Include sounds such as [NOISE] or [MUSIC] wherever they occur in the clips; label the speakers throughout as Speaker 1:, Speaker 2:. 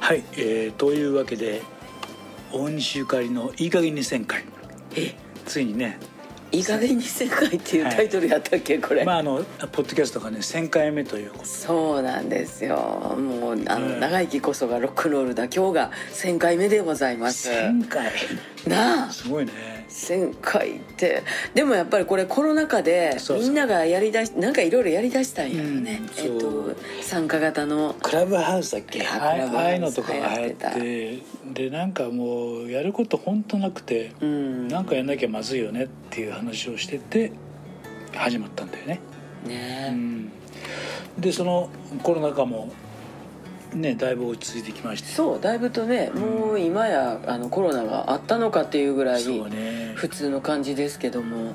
Speaker 1: はい、えーというわけで大西ゆかりの「いい加減に1000回
Speaker 2: え」
Speaker 1: ついにね、
Speaker 2: いい加減に世界っていう
Speaker 1: はい
Speaker 2: タイトルやったっけこれ、
Speaker 1: まあ、あのポッドキャストがね1000回目ということ
Speaker 2: そうなんですよもうあの、
Speaker 1: うん
Speaker 2: 長生きこそがロックンロールだ今日が1000回目でございます
Speaker 1: 1000回
Speaker 2: なあ
Speaker 1: すごいね
Speaker 2: 1000回ってでもやっぱりこれコロナ禍で
Speaker 1: そうそう
Speaker 2: みんながやりだしなんかいろいろやりだしたんやろね、
Speaker 1: うん
Speaker 2: えっ
Speaker 1: そう
Speaker 2: と参加型の
Speaker 1: クラブハウスだっ
Speaker 2: いや
Speaker 1: ああい
Speaker 2: クラブハ
Speaker 1: あ
Speaker 2: ウス
Speaker 1: あいうのとかが流行
Speaker 2: 流行
Speaker 1: っ
Speaker 2: っててた
Speaker 1: でなんかもうやること本当なくて、
Speaker 2: うん
Speaker 1: なんかやんなきゃまずいよねっていう話をしてて始まったんだよね、う
Speaker 2: ね
Speaker 1: ん、でそのコロナ禍もねだいぶ落ち着いてきまして
Speaker 2: そうだいぶとね、もう今やあのコロナがあったのかっていうぐらい
Speaker 1: そうね
Speaker 2: 普通の感じですけども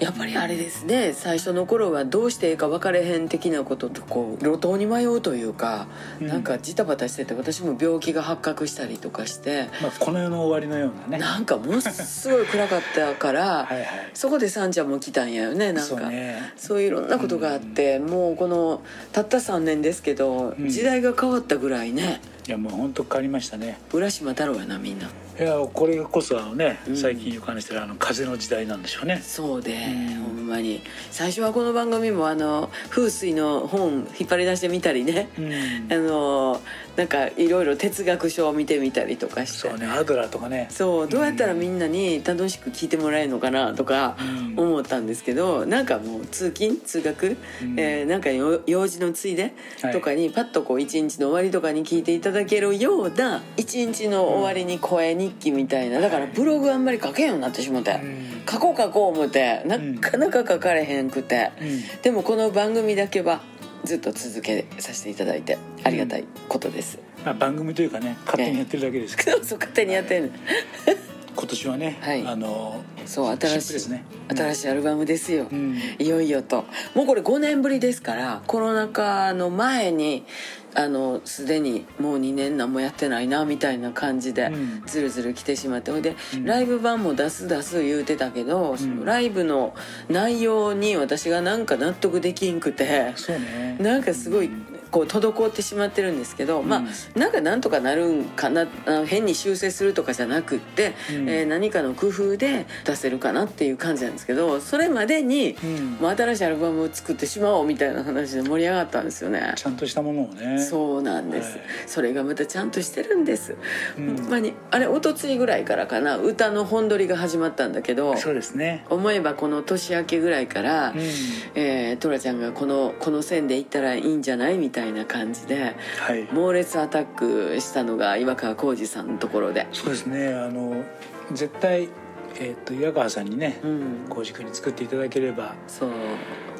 Speaker 2: やっぱりあれですね最初の頃はどうしていいか分かれへん的なこととこう路頭に迷うというか、
Speaker 1: うん
Speaker 2: なんかジタバタしてて私も病気が発覚したりとかして
Speaker 1: まあ、この世の終わりのようなね
Speaker 2: なんかものすごい暗かったから
Speaker 1: はいはい
Speaker 2: そこでさんちゃんも来たんやよねなん
Speaker 1: そう
Speaker 2: か。
Speaker 1: ね
Speaker 2: そういういろんなことがあって、もうこのたった3年ですけど、
Speaker 1: うん
Speaker 2: 時代が変わったぐらいね
Speaker 1: いやもう本当変わりましたね
Speaker 2: 浦島太郎やなみんない
Speaker 1: やこれこそあのね、
Speaker 2: うん
Speaker 1: 最近よく話してるあの風の時代なんでしょうね
Speaker 2: そうで、
Speaker 1: うん
Speaker 2: ほんまに最初はこの番組もあの風水の本引っ張り出してみたりね、
Speaker 1: うん
Speaker 2: あのなんかいろいろ哲学書を見てみたりとかして
Speaker 1: そうねアドラーとかね
Speaker 2: そうどうやったらみんなに楽しく聞いてもらえるのかなとか
Speaker 1: うん
Speaker 2: 思ったんですけど、なんかもう通勤通学、
Speaker 1: うん
Speaker 2: えーなんかよ用事のついで
Speaker 1: はい
Speaker 2: とかにパッとこう一日の終わりとかに聞いていただけるような一日の終わりに声日記みたいなだからブログあんまり書けんようになってしもて。
Speaker 1: うん
Speaker 2: 書こう書こう思ってなかなか書かれへんくて、
Speaker 1: うん
Speaker 2: でもこの番組だけはずっと続けさせていただいてありがたいことです、
Speaker 1: まあ、番組というかね勝手にやってるだけですけど
Speaker 2: [LAUGHS] そう勝手にやってんの、
Speaker 1: 今年はね、
Speaker 2: はい
Speaker 1: あの
Speaker 2: そう
Speaker 1: 新
Speaker 2: 新
Speaker 1: し
Speaker 2: し
Speaker 1: い
Speaker 2: い
Speaker 1: ですね
Speaker 2: 新しいアルバムですよ、
Speaker 1: うん、うん
Speaker 2: いよいよともうこれ5年ぶりですからコロナ禍の前にあのすでにもう2年何もやってないなみたいな感じで、
Speaker 1: うん
Speaker 2: ずるずる来てしまってほいで、
Speaker 1: うん
Speaker 2: ライブ版も出す出す言うてたけど、そ
Speaker 1: うん
Speaker 2: のライブの内容に私がなんか納得できんくて、
Speaker 1: そうね
Speaker 2: なんかすごいこう滞ってしまってるんですけど、まあなんかなんとかなるんかなあの変に修正するとかじゃなくって、
Speaker 1: うん
Speaker 2: えー何かの工夫で出せるかなっていう感じなんですけどそれまでに、
Speaker 1: うん
Speaker 2: もう新しいアルバムを作ってしまおうみたいな話で盛り上がったんですよね。
Speaker 1: ちゃんとしたものをね
Speaker 2: そうなんです、
Speaker 1: はい
Speaker 2: それがまたちゃんとしてるんです、
Speaker 1: うん
Speaker 2: ほんまにあれ一昨日ぐらいからかな歌の本撮りが始まったんだけど
Speaker 1: そうですね
Speaker 2: 思えばこの年明けぐらいから、
Speaker 1: うん
Speaker 2: えートラちゃんがこのこの線で行ったらいいんじゃないみたいな感じで
Speaker 1: はい
Speaker 2: 猛烈アタックしたのが岩川浩二さんのところで、
Speaker 1: そうですねあの絶対えっ、と岩川さんにね
Speaker 2: うん、
Speaker 1: 浩司君に作っていただければ
Speaker 2: そう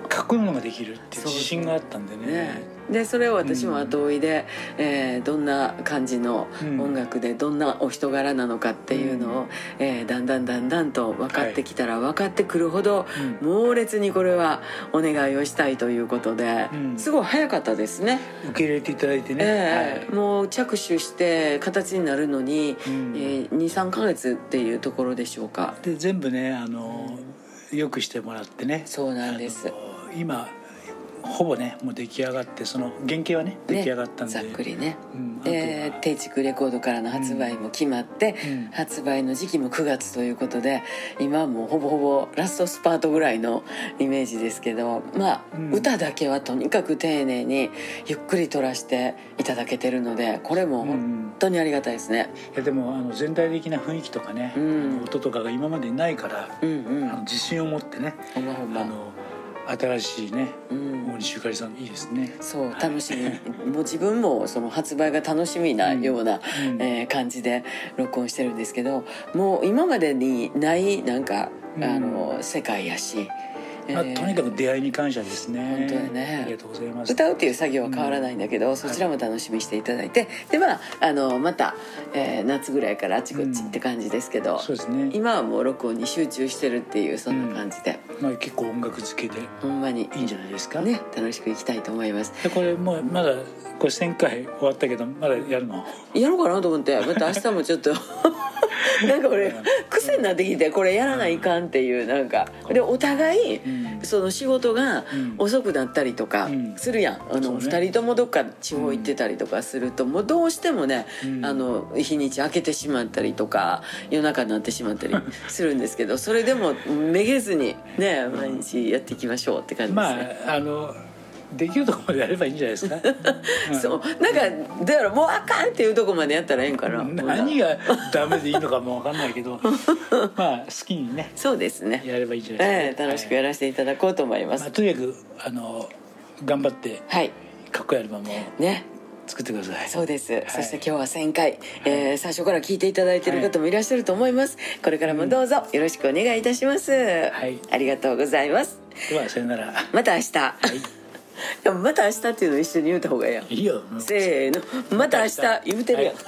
Speaker 1: かっこいいものができるっていう
Speaker 2: そう
Speaker 1: 自信があったんでね
Speaker 2: ねでそれを私も後追いで、えーどんな感じの
Speaker 1: うん
Speaker 2: 音楽でどんなお人柄なのかっていうのを、えーだんだんだんだんと分かってきたら分かってくるほど、
Speaker 1: うん
Speaker 2: 猛烈にこれはお願いをしたいということで、
Speaker 1: うん
Speaker 2: すごい早かったですね。
Speaker 1: 受け入れていただいてね、
Speaker 2: ええもう着手して形になるのに、
Speaker 1: うん
Speaker 2: えー23か月っていうところでしょうか
Speaker 1: はい、で全部ねあの、よくしてもらってね
Speaker 2: そうなんです
Speaker 1: あの今ほぼねもう出来上がってその原型はね出
Speaker 2: ね
Speaker 1: 来上がったんで、
Speaker 2: ざっくりね、
Speaker 1: うん、あとは
Speaker 2: えー、定築レコードからの発売も決まって、
Speaker 1: うん
Speaker 2: 発売の時期も9月ということで今はもうほぼほぼラストスパートぐらいのイメージですけどまあ、
Speaker 1: うん
Speaker 2: 歌だけはとにかく丁寧にゆっくり撮らせていただけてるのでこれも本当にありがたいですね。
Speaker 1: いやでもあの全体的な雰囲気とかね、
Speaker 2: うん
Speaker 1: 音とかが今までにないから、
Speaker 2: うんう
Speaker 1: あの
Speaker 2: ん
Speaker 1: 自信を持ってね、
Speaker 2: ほんまほん
Speaker 1: あ
Speaker 2: ま
Speaker 1: の新しいね
Speaker 2: うん
Speaker 1: 大西ゆかりさんいいですね。
Speaker 2: そう
Speaker 1: はい
Speaker 2: 楽しみもう自分もその発売が楽しみなような、
Speaker 1: うん
Speaker 2: えー感じで録音してるんですけどもう今までにないなんか、
Speaker 1: うん
Speaker 2: あの世界やし、
Speaker 1: まあ、
Speaker 2: えー
Speaker 1: とにかく出会いに感謝ですね。
Speaker 2: 本当やね
Speaker 1: ありがとうございます。
Speaker 2: 歌うっていう作業は変わらないんだけど、そちらも楽しみにしていただいて、でまああのまた、えー夏ぐらいからあちこちって感じですけど、
Speaker 1: そうですね。
Speaker 2: 今はもう録音に集中してるっていうそんな感じで、
Speaker 1: まあ結構音楽付けで
Speaker 2: ほんまに
Speaker 1: いいんじゃないですか。
Speaker 2: ね楽しくいきたいと思います。
Speaker 1: でこれもうまだこれ1000回終わったけどまだやるの。 [LAUGHS]
Speaker 2: やろうかなと思ってまた明日もちょっと [LAUGHS] なんか俺癖になってきてこれやらないかんっていうなんかでお互い
Speaker 1: うん
Speaker 2: その仕事が
Speaker 1: うん
Speaker 2: 遅くなったりとか
Speaker 1: うん
Speaker 2: するやん、あ
Speaker 1: そう
Speaker 2: の
Speaker 1: ね
Speaker 2: 2人ともどっか地方行ってたりとかすると、もうどうしてもね、
Speaker 1: うん
Speaker 2: あの日にち明けてしまったりとか夜中になってしまったりするんですけどそれでもめげずにね毎日やっていきましょうって感じです
Speaker 1: ま
Speaker 2: ね。
Speaker 1: ああのできるところまでやればいいんじゃないですかうん
Speaker 2: そうなんかだからもうあかんっていうとこまでやったらええんかな
Speaker 1: [LAUGHS] 何がダメでいいのかもわかんないけ
Speaker 2: [LAUGHS]
Speaker 1: どまあ好きにね
Speaker 2: そうですね、
Speaker 1: やればいいんじゃない
Speaker 2: え
Speaker 1: です
Speaker 2: え
Speaker 1: か、
Speaker 2: 楽しくやらせていただこうと思いま
Speaker 1: ますあ、とにかくあの頑張って
Speaker 2: はい
Speaker 1: かっこいいアルバムを
Speaker 2: ね
Speaker 1: 作ってください。
Speaker 2: そうです、
Speaker 1: い
Speaker 2: そして今日は1000回、えー最初から聞いていただいている方もいらっしゃると思います、これからもどうぞよろしくお願いいたします、
Speaker 1: い
Speaker 2: ありがとうございます
Speaker 1: ではさよなら。は
Speaker 2: また明 [LAUGHS]
Speaker 1: い。
Speaker 2: 日、[LAUGHS] でもまた明日っていうの一緒に言うた方がいいやん
Speaker 1: いいよ。もう
Speaker 2: せーのまた明日言うてるやん、
Speaker 1: は